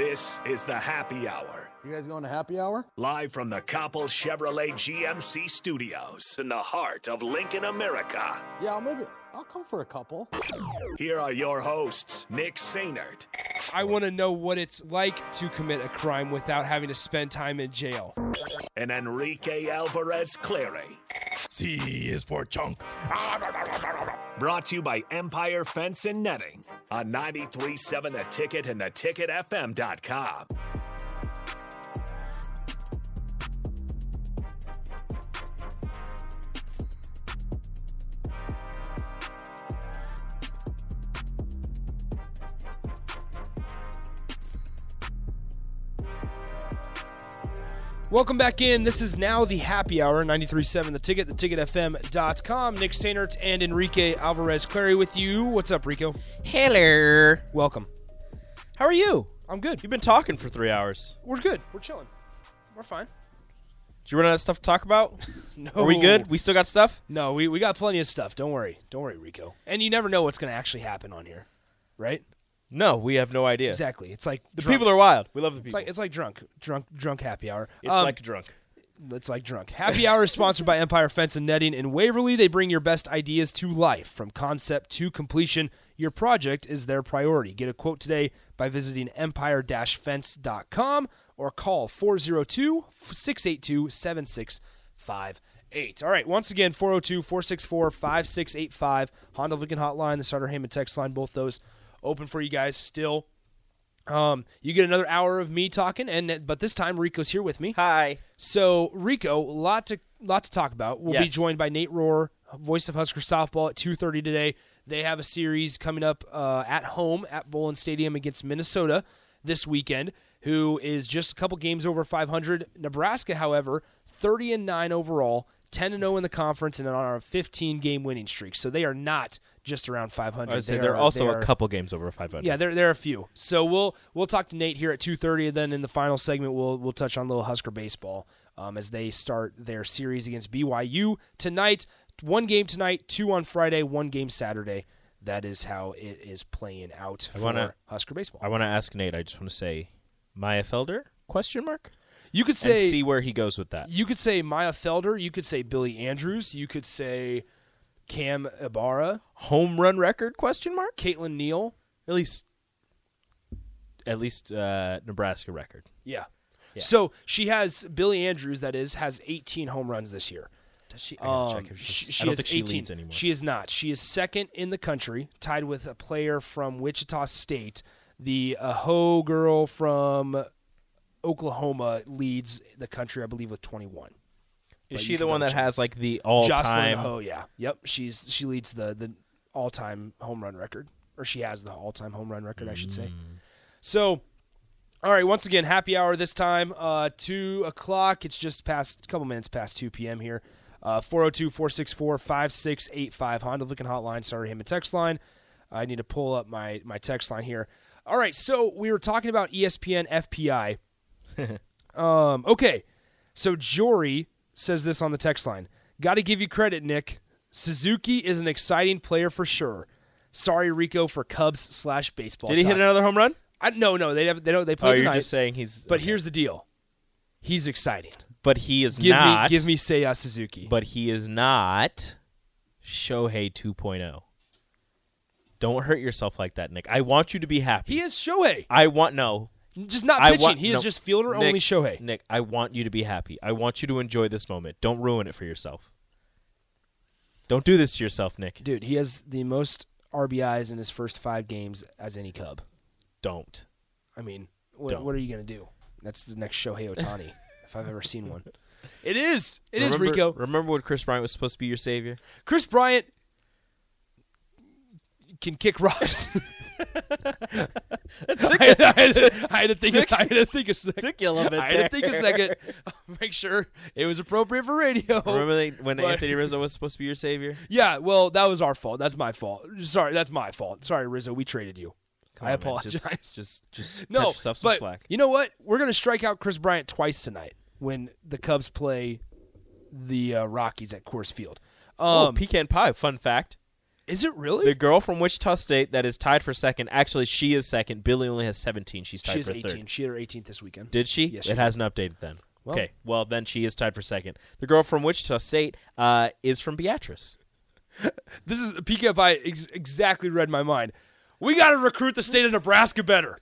This is the happy hour, You guys going to happy hour? live from the Coppell Chevrolet GMC studios in the heart of Lincoln, America. Yeah, I'll maybe I'll come for a couple. Here are your hosts, Nick Sainert I want to know what it's like to commit a crime without having to spend time in jail. and Enrique Alvarez Clary. C is for chunk. Brought to you by Empire Fence and Netting on 937 The Ticket and theticketfm.com. Welcome back in. This is now the happy hour 937 the ticket, theticketfm.com. Nick Sainert and Enrique Alvarez Clary with you. What's up, Rico? Hello. Welcome. How are you? I'm good. You've been talking for three hours. We're good. We're chilling. We're fine. Did you run out of stuff to talk about? No. Are we good? We still got stuff? No, we, we got plenty of stuff. Don't worry. Don't worry, Rico. And you never know what's going to actually happen on here, right? No, we have no idea. Exactly. It's like The people are wild. We love the It's people. like it's like drunk, drunk, drunk happy hour. It's Um, like drunk. It's like drunk. Happy Hour is sponsored by Empire Fence and Netting in Waverly. They bring your best ideas to life from concept to completion. Your project is their priority. Get a quote today by visiting empire fence.com or call 402 682 7658. All right, once again, 402 464 5685. Honda Lincoln Hotline, the Starter Heyman text line, both those open for you guys still. Um, you get another hour of me talking, and but this time Rico's here with me. Hi. So Rico, lot to lot to talk about. We'll be Yes. joined by Nate Rohr, voice of Husker softball, at two thirty today. They have a series coming up uh, at home at Bolin Stadium against Minnesota this weekend. Who is just a couple games over five hundred? Nebraska, however, thirty and nine overall, ten and zero in the conference, and on a fifteen game winning streak. So they are not just around five hundred. I would say they're also a couple games over 500. Yeah, there there are a few. So we'll we'll talk to Nate here at two thirty, and then in the final segment we'll we'll touch on little Husker baseball um, as they start their series against BYU tonight. One game tonight, two on Friday, one game Saturday. That is how it is playing out for wanna- Husker baseball. I want to ask Nate. I just want to say Maya Felder? Question mark? you could and say see where he goes with that. you could say Maya Felder, you could say Billy Andrews, you could say Cam Ibarra, Home run record? Question mark? Caitlin Neal. At least, at least uh, Nebraska record. Yeah. Yeah. So she has Billy Andrews, that is, has 18 home runs this year. Does she? Um, check if sh- she's, she I don't is think she 18. leads anymore. She is not. She is second in the country, tied with a player from Wichita State. The Aho girl from Oklahoma leads the country, I believe, with 21. is but she you the can one that double check. has like the all Jocelyn time? Aho, yeah, yep. She's she leads the the all time home run record, or she has the all time home run record, I should say. Mm. So, all right, once again, happy hour this time, uh, 2 o'clock. It's just past, a couple minutes past 2 p.m. here. Uh, 402 464 5685, Honda Lincoln Hotline, sorry, him a text line. I need to pull up my, my text line here. All right, so we were talking about E ESPN FPI. um, okay, so Jory says this on the text line Got to give you credit, Nick. Suzuki is an exciting player for sure. Sorry, Rico, for Cubs slash baseball. Did he hit talk. another home run? I, no, no, they have they don't they play Oh, tonight. you're just saying he's. but here's the deal: he's exciting. but he is Give not. me, give me Seiya Suzuki. But he is not. Shohei 2.0. Don't hurt yourself like that, Nick. I want you to be happy. he is Shohei, I want no. just not I pitching. want he no. is just fielder Nick, only Shohei. Nick, I want you to be happy. I want you to enjoy this moment. Don't ruin it for yourself. Don't do this to yourself, Nick. Dude, he has the most RBIs in his first five games as any Cub. Don't. I mean, what, Don't. what are you gonna do? That's the next Shohei Otani, if I've ever seen one. It is. It is remember, Rico. Remember when Chris Bryant was supposed to be your savior? Chris Bryant can kick rocks. I, I had to, I had to think. I had to think a second. Took you a little bit I had to there. think a second. Make sure it was appropriate for radio. Remember they, when But- Anthony Rizzo was supposed to be your savior? Yeah. Well, that was our fault. That's my fault. Sorry. That's my fault. Sorry, Rizzo. We traded you. I Come on, man. apologize. Just- Just, just, cut no, yourself some but slack. you know what? We're gonna strike out Chris Bryant twice tonight when the Cubs play the uh, Rockies at Coors Field. Um, oh, pecan pie. Fun fact. Is it really? The girl from Wichita State that is tied for second, actually, she is second. Billy only has 17. She's tied She is for 18. third. She had her 18th this weekend. Did she? Yes, it she did. hasn't updated then. Well. okay, well, then she is tied for second. The girl from Wichita State uh, is from Beatrice. this is PK by ex- exactly read my mind. We got to recruit the state of Nebraska better.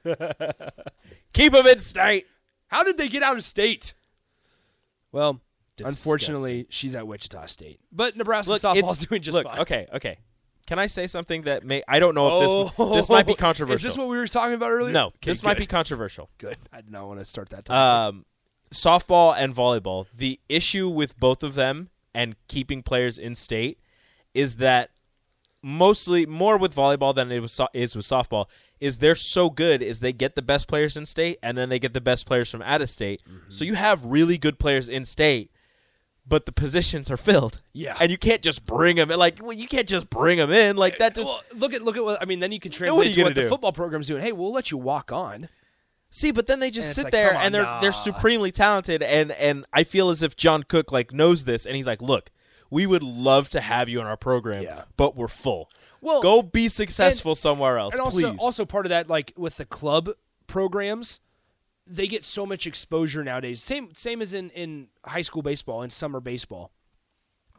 Keep them in state. How did they get out of state? Well, unfortunately, Disgusting. she's at Wichita State, but Nebraska Look, softball's it's, doing just look, fine. Okay, okay. Can I say something that may. I don't know if this. This might be Oh. controversial. Is this what we were talking about earlier? no, Okay, this might be good. controversial. good. I did not want to start that. Topic. um, softball and volleyball, the issue with both of them and keeping players in state is that mostly more with volleyball than it was so- is with softball is they're so good is they get the best players in state and then they get the best players from out of state. Mm-hmm. So you have really good players in state, but the positions are filled. Yeah. and you can't just bring them in. Like well, you can't just bring them in like that. Just Well, look at look at what I mean. Then you can what are translate you to what gonna do? the football program's doing. Hey, we'll let you walk on. See, but then they just And it's sit like, there come on, and they're nah. they're supremely talented and and I feel as if John Cook like knows this and he's like, "Look, we would love to have you on our program, Yeah. but we're full. Well, go be successful somewhere else, and also please." also part of that like with the club programs they get so much exposure nowadays same same as in in high school baseball and summer baseball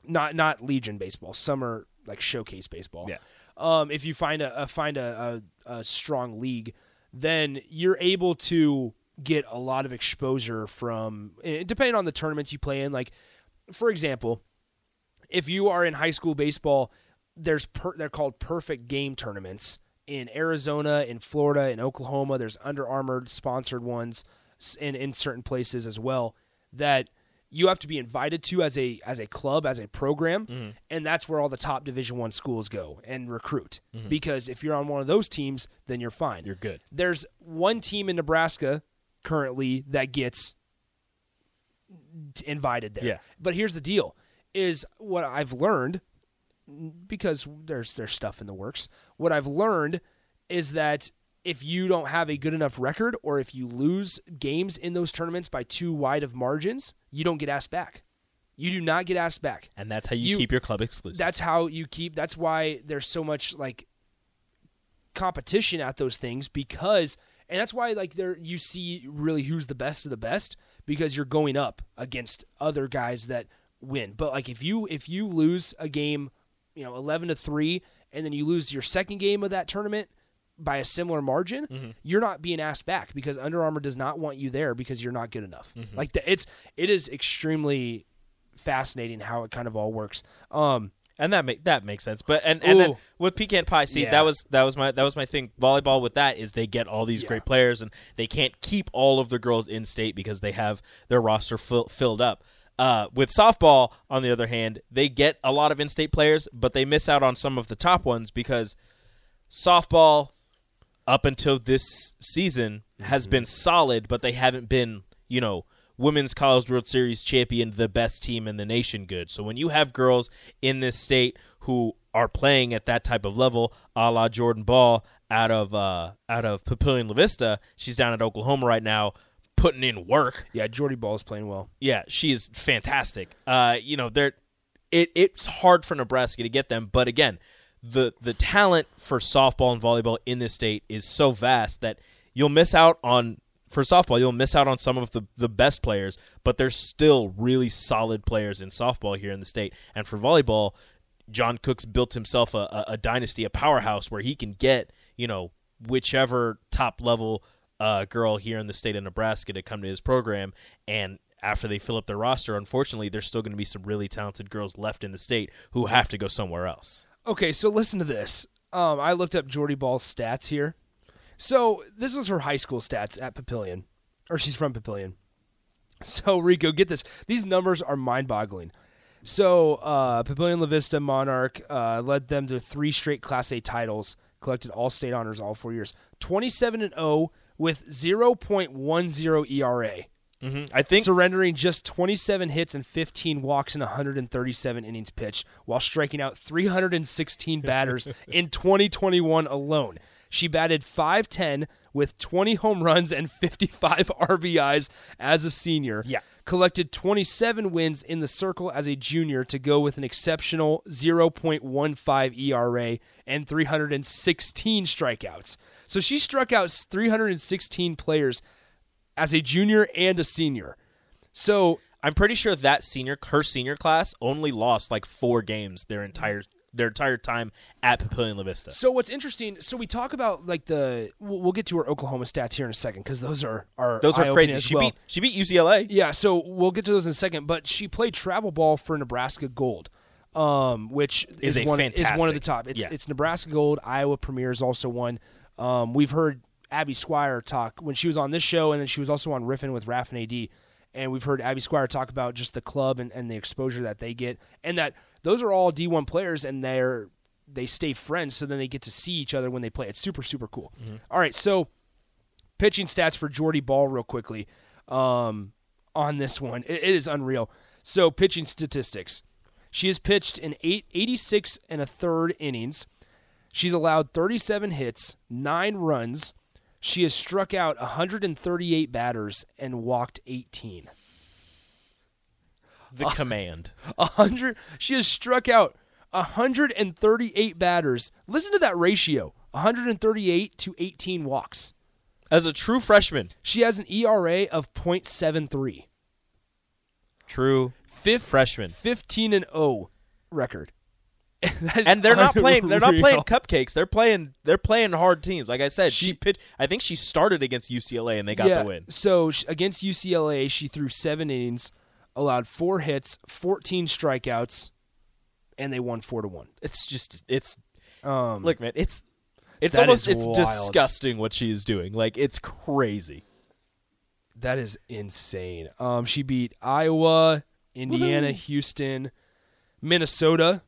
not not legion baseball summer like showcase baseball Yeah. um if you find a, a find a, a a strong league then you're able to get a lot of exposure from eh, depending on the tournaments you play in like for example if you are in high school baseball, there's per, they're called perfect game tournaments in Arizona, in Florida, in Oklahoma. There's Under Armour sponsored ones s- in in certain places as well that you have to be invited to as a as a club as a program, and that's where all the top Division One schools go and recruit because if you're on one of those teams, then you're fine. You're good. There's one team in Nebraska currently that gets invited there. Yeah. But here's the deal: is what I've learned because there's there's stuff in the works. What I've learned is that if you don't have a good enough record, or if you lose games in those tournaments by too wide of margins, you don't get asked back. You do not get asked back. and that's how you, you- keep your club exclusive. That's how you keep. That's why there's so much like competition at those things because, and that's why like there you see really who's the best of the best because you're going up against other guys that win. But like if you if you lose a game, you know, eleven to three, and then you lose your second game of that tournament by a similar margin, you're not being asked back because Under Armour does not want you there because you're not good enough. Like the, it's it is extremely fascinating how it kind of all works. Um, and that make that makes sense. But and and then Ooh. with pecan pie, see Yeah. that was that was my that was my thing. Volleyball with that is they get all these Yeah. great players, and they can't keep all of the girls in state because they have their roster fill, filled up. Uh, with softball, on the other hand, they get a lot of in-state players, but they miss out on some of the top ones because softball, up until this season, has been solid, but they haven't been, you know, women's college world series champion, the best team in the nation. Good. So when you have girls in this state who are playing at that type of level, a la Jordan Ball out of uh, out of Papillion La Vista, she's down at Oklahoma right now, putting in work. yeah, Jordy Ball is playing well. Yeah, she is fantastic. Uh, you know, they're it, it's hard for Nebraska to get them, but again, the the talent for softball and volleyball in this state is so vast that you'll miss out on for softball, you'll miss out on some of the, the best players, but there's still really solid players in softball here in the state. And for volleyball, John Cook's built himself a, a, a dynasty, a powerhouse where he can get, you know, whichever top level uh, girl here in the state of Nebraska to come to his program. And after they fill up their roster, unfortunately, there's still going to be some really talented girls left in the state who have to go somewhere else. Okay, so listen to this. Um, I looked up Jordy Ball's stats here. So this was her high school stats at Papillion, or she's from Papillion. So Rico, get this. These numbers are mind-boggling. So uh, Papillion La Vista Monarch uh, led them to three straight Class A titles, collected all state honors all four years, twenty-seven and zero with zero point one zero E ERA. Mm-hmm. I think surrendering just 27 hits and 15 walks in 137 innings pitched while striking out 316 batters in 2021 alone. She batted 510 with 20 home runs and 55 RBIs as a senior. Yeah. collected 27 wins in the circle as a junior to go with an exceptional 0.15 ERA E and 316 strikeouts. So she struck out 316 players as a junior and a senior. So I'm pretty sure that senior her senior class only lost like four games their entire their entire time at Papillion La Vista. So what's interesting? So we talk about like the we'll, we'll get to her Oklahoma stats here in a second because those are are Those are eye-opening crazy. as She well. beat she beat UCLA. yeah. So we'll get to those in a second. But she played travel ball for Nebraska Gold, um, which Is is, a one is one of the fantastic- top. It's yeah. it's Nebraska Gold. Iowa Premier is also one. Um, we've heard Abby Squire talk when she was on this show, and then she was also on Riffin with Raff and AD. And we've heard Abby Squire talk about just the club and, and the exposure that they get, and that those are all D1 players, and they're they stay friends, so then they get to see each other when they play. It's super super cool. Mm-hmm. All right, so pitching stats for Jordy Ball real quickly um, on this one. It- it is unreal. So pitching statistics. She has pitched in eight, 86 and a third innings. She's allowed 37 hits, nine runs. She has struck out 138 batters and walked 18. The command. 100 she has struck out 138 batters. Listen to that ratio. 138 to 18 walks. As a true freshman. She has an ERA of 0.73. True Fifth freshman. 15 and 0 record. That is And they're not playing they're not playing unreal. cupcakes. They're playing they're playing hard teams. Like I said, she, She- pitched I think she started against UCLA and they got yeah. the win. So sh- against UCLA, she threw 7 innings, allowed 4 hits, 14 strikeouts, and they won 4 to 1. It's just it's Um look man, it's it's That almost is it's wild. disgusting what she is doing. Like it's crazy. that is insane. Um she beat Iowa, Indiana, Houston, Minnesota.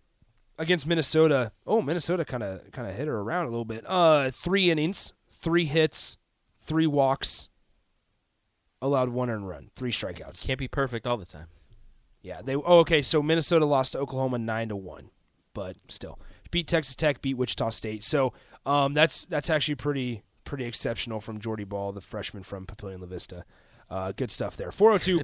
Against Minnesota, oh, Minnesota kind of kind of hit her around a little bit. Uh 3 innings, 3 hits, 3 walks, allowed 1 earned run, 3 strikeouts. Can't be perfect all the time. Yeah, they. Oh, okay. So Minnesota lost to Oklahoma nine to one, but still beat Texas Tech, beat Wichita State. So um, that's that's actually pretty pretty exceptional from Jordy Ball, the freshman from Papillion La Vista. Uh, good stuff there. Four hundred two.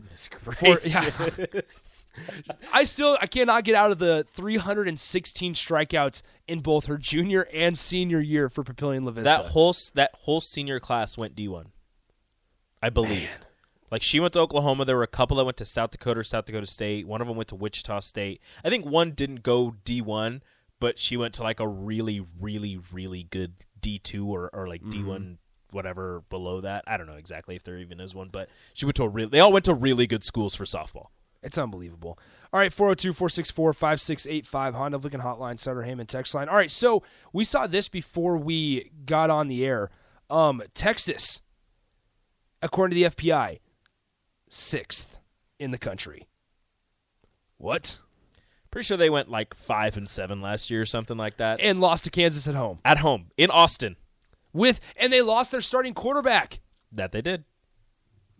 I still I cannot get out of the three hundred and sixteen strikeouts in both her junior and senior year for Papillion La Vista. That whole s- that whole senior class went D one, I believe. Like she went to Oklahoma. There were a couple that went to South Dakota or South Dakota State. One of them went to Wichita State. I think one didn't go D one, but she went to like a really, really, really good D two or, or like D one whatever below that. I don't know exactly if there even is one, but she went to a real. They all went to really good schools for softball. It's unbelievable. All right, 402 464 5685, Honda Lincoln Hotline, Sutter Heyman text line. All right, so we saw this before we got on the air. Um, Texas, according to the FPI, sixth in the country. What? Pretty sure they went like five and seven last year or something like that. And lost to Kansas at home. At home in Austin, With and they lost their starting quarterback. that they did.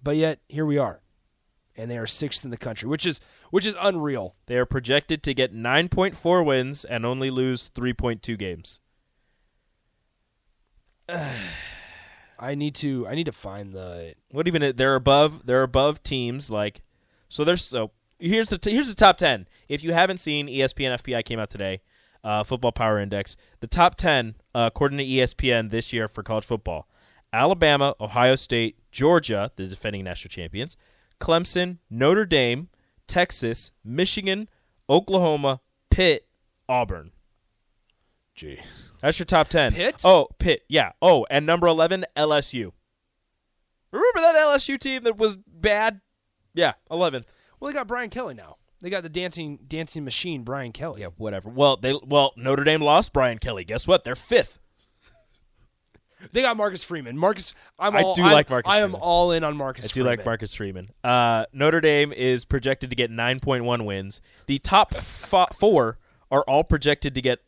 But yet here we are. And they are sixth in the country, which is which is unreal. They are projected to get 9.4 wins and only lose 3.2 games. I need to I need to find the What even they're above they're above teams like so there's so here's the t- here's the top 10. If you haven't seen E ESPN FPI came out today, uh, Football Power Index, the top 10 uh, according to ESPN this year for college football. Alabama, Ohio State, Georgia, the defending national champions, Clemson, Notre Dame, Texas, Michigan, Oklahoma, Pitt, Auburn. Gee. That's your top ten. Pitt? Oh, Pitt. Yeah. Oh, and number eleven, LSU. Remember that LSU team that was bad? Yeah, eleventh. Well, they got Brian Kelly now. They got the dancing dancing machine, Brian Kelly. Yeah, whatever. Well, they well Notre Dame lost Brian Kelly. Guess what? They're fifth. They got Marcus Freeman. Marcus, I'm I all, do I'm- like Marcus I am Freeman. all in on Marcus. I do like Marcus Freeman. Uh, Notre Dame is projected to get nine point one wins. The top fo- four are all projected to get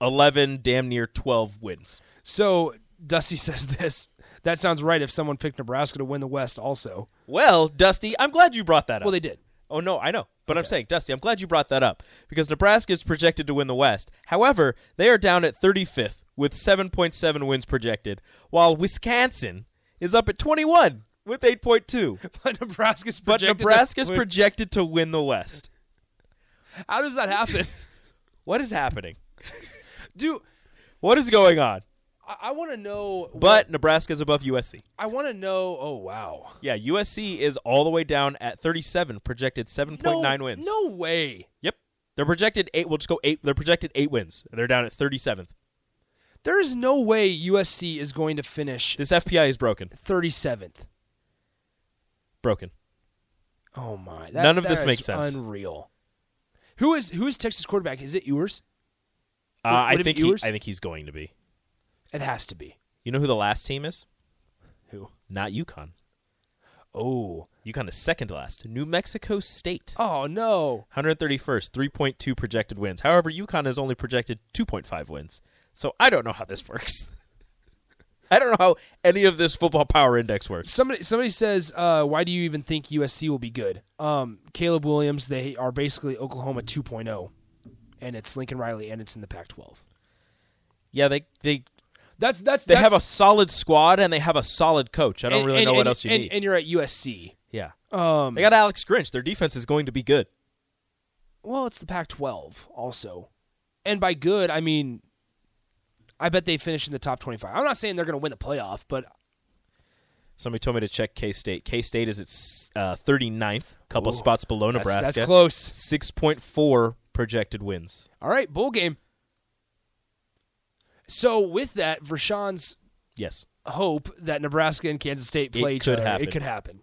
eleven, damn near twelve wins. So Dusty says this. That sounds right. If someone picked Nebraska to win the West, also. Well, Dusty, I'm glad you brought that up. Well, they did. Oh no, I know. But I'm saying, Dusty, I'm glad you brought that up because Nebraska is projected to win the West. However, they are down at 35th with 7.7 wins projected, while Wisconsin is up at 21 with 8.2. But Nebraska's But projected to Nebraska's win. projected to win the West. How does that happen? What is happening? Dude, What is going on? I, I want to know. what- But Nebraska's above USC. I want to know. Oh wow. Yeah, USC is all the way down at 37, projected 7.9 wins. No way. Yep. They're projected eight. We'll just go eight. They're projected eight wins. They're down at 37th. There is no way USC is going to finish This FPI is broken. 37th. Broken. Oh my! None of that this is makes sense. Unreal. Who is who is Texas quarterback? Is it Ewers? Uh, Would- would I it be think he, yours? I think he's going to be. It has to be. You know who the last team is? Who? Not UConn. Oh. UConn is second to last. New Mexico State. Oh no. 131st, 3.2 projected wins. However, UConn has only projected 2.5 wins. So I don't know how this works. I don't know how any of this football power index works. Somebody somebody says, uh, why do you even think USC will be good? Um, Caleb Williams. They are basically Oklahoma 2.0, and it's Lincoln Riley, and it's in the Pac-12. yeah, they they That's that's they that's, have a solid squad and they have a solid coach. I don't and- really and- know what and- else you and, need. And you're at USC. yeah. Um, They got Alex Grinch. Their defense is going to be good. well, it's the Pac-12 also, and by good I mean, I bet they finish in the top 25. I'm not saying they're going to win the playoff, but Somebody told me to check K State. K State is at s- uh, 39th, couple spots below that's- Nebraska. that's close. 6.4 projected wins. All right, bowl game. So with that, Vershawn's Yes. hope that Nebraska and Kansas State It play each could other. happen. It could happen.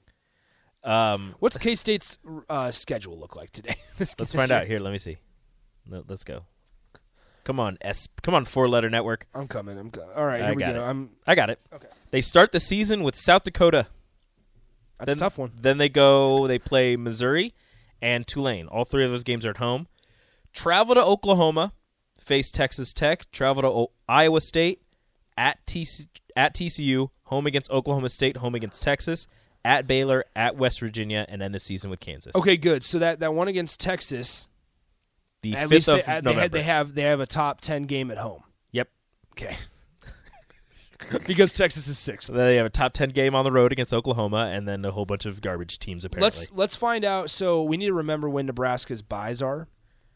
Um, What's K State's uh, schedule look like today? This- let's this find year? out. Here, let me see. Let, us go. Come on, S. Come on, four letter network. I'm coming. I'm coming. All right, I here we got go. it. I'm. I got it. Okay. They start the season with South Dakota. That's Then, a tough one. Then they go, they play Missouri and Tulane. All three of those games are at home. Travel to Oklahoma, face Texas Tech. Travel to o- Iowa State, at, TC- at TCU, home against Oklahoma State, home against Texas, at Baylor, at West Virginia, and end the season with Kansas. Okay, good. So that that one against Texas, The at 5th least they, uh, of they, November. had, they have they have a top ten game at home. yep. Okay. because Texas is sixth. So then they have a top 10 game on the road against Oklahoma, and then a whole bunch of garbage teams, apparently. Let's let's find out. So we need to remember when Nebraska's buys are.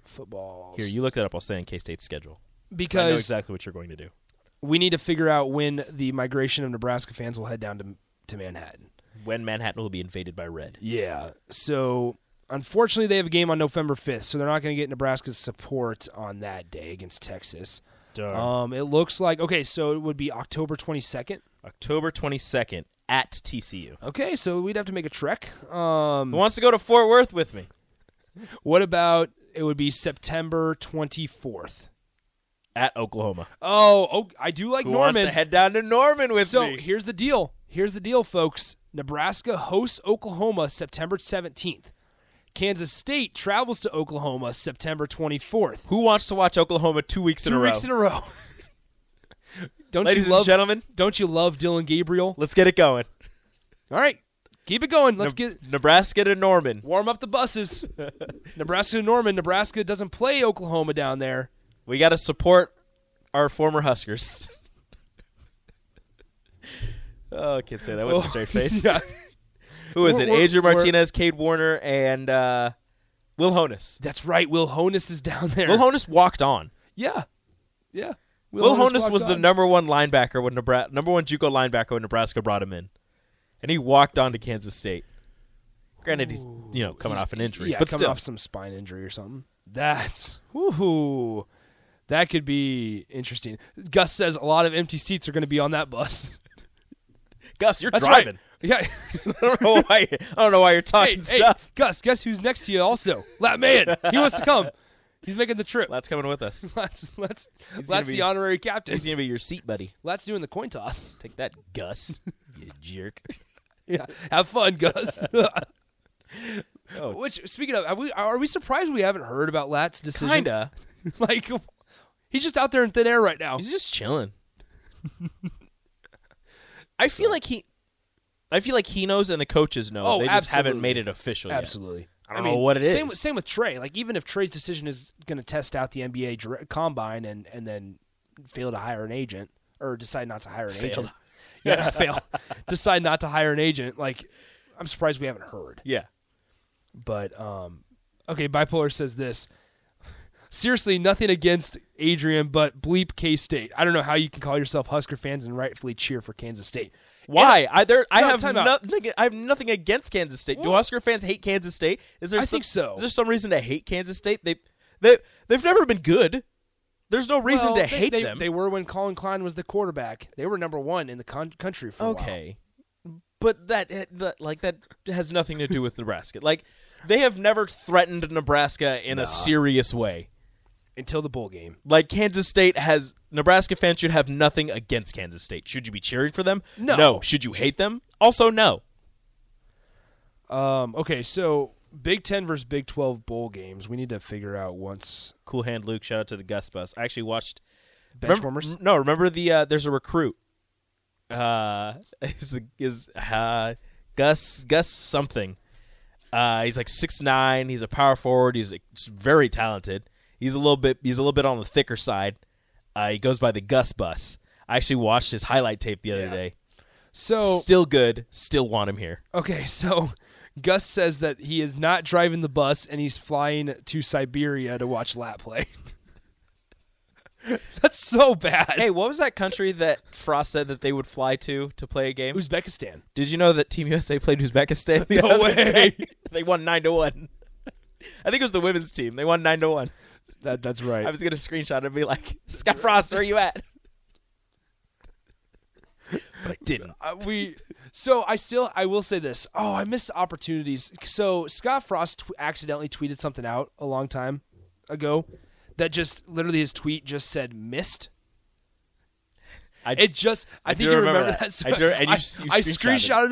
Football. Here, you look that up. I'll stay on K State's schedule. I know because exactly what you're going to do. we need to figure out when the migration of Nebraska fans will head down to to Manhattan. When Manhattan will be invaded by red. Yeah. So unfortunately, they have a game on November fifth, so they're not going to get Nebraska's support on that day against Texas. Darn. Um, it looks like okay, so it would be October twenty second. October 22nd at TCU. Okay, so we'd have to make a trek. Who Um, wants to go to Fort Worth with me? what about it would be September twenty fourth? At Oklahoma. Oh, oh, I do like Who wants Norman. to head down to Norman with so me? here's the deal. Here's the deal, folks. Nebraska hosts Oklahoma September 17th. Kansas State travels to Oklahoma September 24th. Who wants to watch Oklahoma two weeks in a Two weeks row? in a row. don't Ladies you love, and gentlemen, Don't you love Dylan Gabriel? let's get it going. All right, keep it going. Let's Ne- get Nebraska to Norman. warm up the buses. Nebraska to Norman. Nebraska doesn't play Oklahoma down there. We got to support our former Huskers. oh, I can't say that with a straight face. Yeah. Who is We're- it? we're- Adrian we're- Martinez, Cade Warner, and uh, Will Honus. That's right. Will Honus is down there. Will Honus walked on. yeah, yeah. Will Honus walked was the on. number one linebacker when Nebraska, number one JUCO linebacker when Nebraska brought him in, and he walked on to Kansas State. Granted, he's you know coming off an injury, Yeah, but coming still, off some spine injury or something. That's woohoo. That could be interesting. Gus says a lot of empty seats are going to be on that bus. Gus, you're That's driving. right. Yeah. I don't know why. I don't know why you're talking hey, hey, stuff. Gus, guess who's next to you? Also, that man. He wants to come. He's making the trip. Lat's coming with us. Let's let's gonna let's be- the honorary captain. He's gonna be your seat buddy. Let's doing the coin toss. Take that, Gus. you jerk. Yeah. Have fun, Gus. Oh. Which speaking of, have we, are we surprised we haven't heard about Lat's decision? Kinda. like he's just out there in thin air right now. He's just chilling. I feel like he. I feel like he knows and the coaches know. Oh, they just haven't absolutely. made it official yet. Absolutely. I don't know what it same is. With, same with Trey. Like even if Trey's decision is going to test out the NBA dire- combine and and then fail to hire an agent or decide not to hire an Fail agent, the NFL decide not to hire an agent, like I'm surprised we haven't heard. Yeah. But um, okay, bipolar says this. Seriously, nothing against Adrian, but bleep K State. I don't know how you can call yourself Husker fans and rightfully cheer for Kansas State. Why? I there I No, have time out. nothing I have nothing against Kansas State. Do Well- Husker fans hate Kansas State? Is there I some, think so. Is there some reason to hate Kansas State? They they they've never been good. There's no reason Well, to they- hate they, them. They were when Colin Klein was the quarterback. They were number one in the con- country for a while. okay. But that, that like that has nothing to do with Nebraska. Like they have never threatened Nebraska in a serious way. until the bowl game. Like Kansas State has Nebraska fans should have nothing against Kansas State. Should you be cheering for them? No. No. Should you hate them? Also no. Um, okay, so Big Ten versus Big Twelve bowl games. We need to figure out once Cool Hand Luke, shout out to the Gus Bus. I actually watched remember, Benchwarmers. m- No, remember the uh, there's a recruit. Uh, is is uh, Gus Gus something? Uh, he's like six nine. He's a power forward. He's like, s- very talented. He's a little bit he's a little bit on the thicker side. Uh, he goes by the Gus Bus. I actually watched his highlight tape the other day. So Still good. Still want him here. okay, so Gus says that he is not driving the bus and he's flying to Siberia to watch lap play. That's so bad. Hey, what was that country that Frost said that they would fly to to play a game? Uzbekistan. Did you know that Team USA played Uzbekistan? The No other way. day? They won nine to one. I think it was the women's team. They won nine to one. That that's right. I was gonna screenshot it and be like, Scott Frost, where are you at? But I didn't. uh, we so I still I will say this. Oh, I missed opportunities. So Scott Frost tw- accidentally tweeted something out a long time ago that just literally his tweet just said missed. I- it just I, do think you remember remember, that. that. I do- and you- you I screenshotted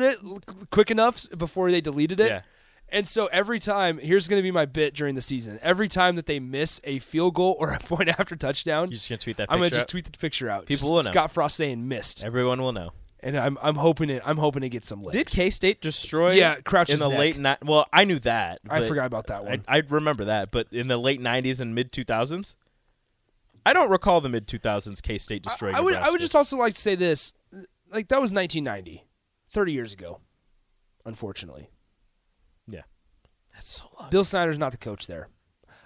screenshotted it l- quick enough s- before they deleted it. Yeah. And so every time, here's going to be my bit during the season. Every time that they miss a field goal or a point after touchdown, You're just gonna tweet that I'm gonna picture just out? tweet the picture out. People Just will know. Scott Frost saying missed Everyone will know. and I'm I'm hoping it. I'm hoping it gets some legs. Did K State destroy? Yeah, Crouch's in the neck. late night. Well, I knew that. I but forgot about that I, one. I remember that, but in the late '90s and mid 2000s, I don't recall the mid 2000s K State destroying. I would I Nebraska. would just also like to say this, like that was 1990, 30 years ago, unfortunately. yeah. That's so long. Bill Snyder's not the coach there.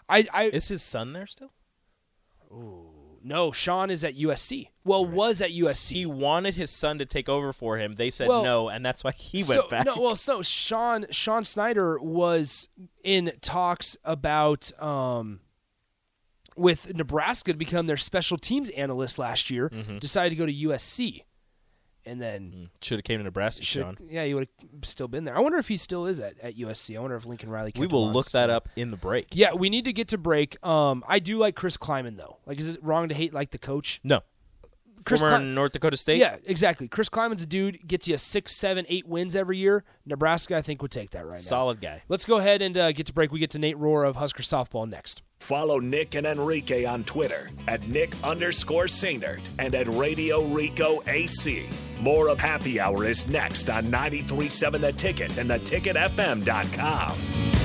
I I Is his son there still? no Sean is at USC. Well, was at USC. he wanted his son to take over for him. They said Well, no, and that's why he so, went back. No, well, so Sean Sean Snyder was in talks about um, with Nebraska to become their special teams analyst last year. Mm-hmm. Decided to go to USC, and then. Should have came to Nebraska, Should- Sean. Yeah, he would have still been there. I wonder if he still is at, at USC. I wonder if Lincoln Riley. We kept him will on look still. that up in the break. Yeah, we need to get to break. Um, I do like Chris Kleiman though. Like, is it wrong to hate like the coach? No, Chris former Klein- North Dakota State. Yeah, exactly. Chris Kleiman's a dude gets you six, seven, eight wins every year. Nebraska, I think, would take that right now. solid guy. Let's go ahead and uh, get to break. We get to Nate Rohr of Husker softball next. Follow Nick and Enrique on Twitter at Nick underscore Sainert and at Radio Rico AC. More of Happy Hour is next on 937 The Ticket and theticketfm.com.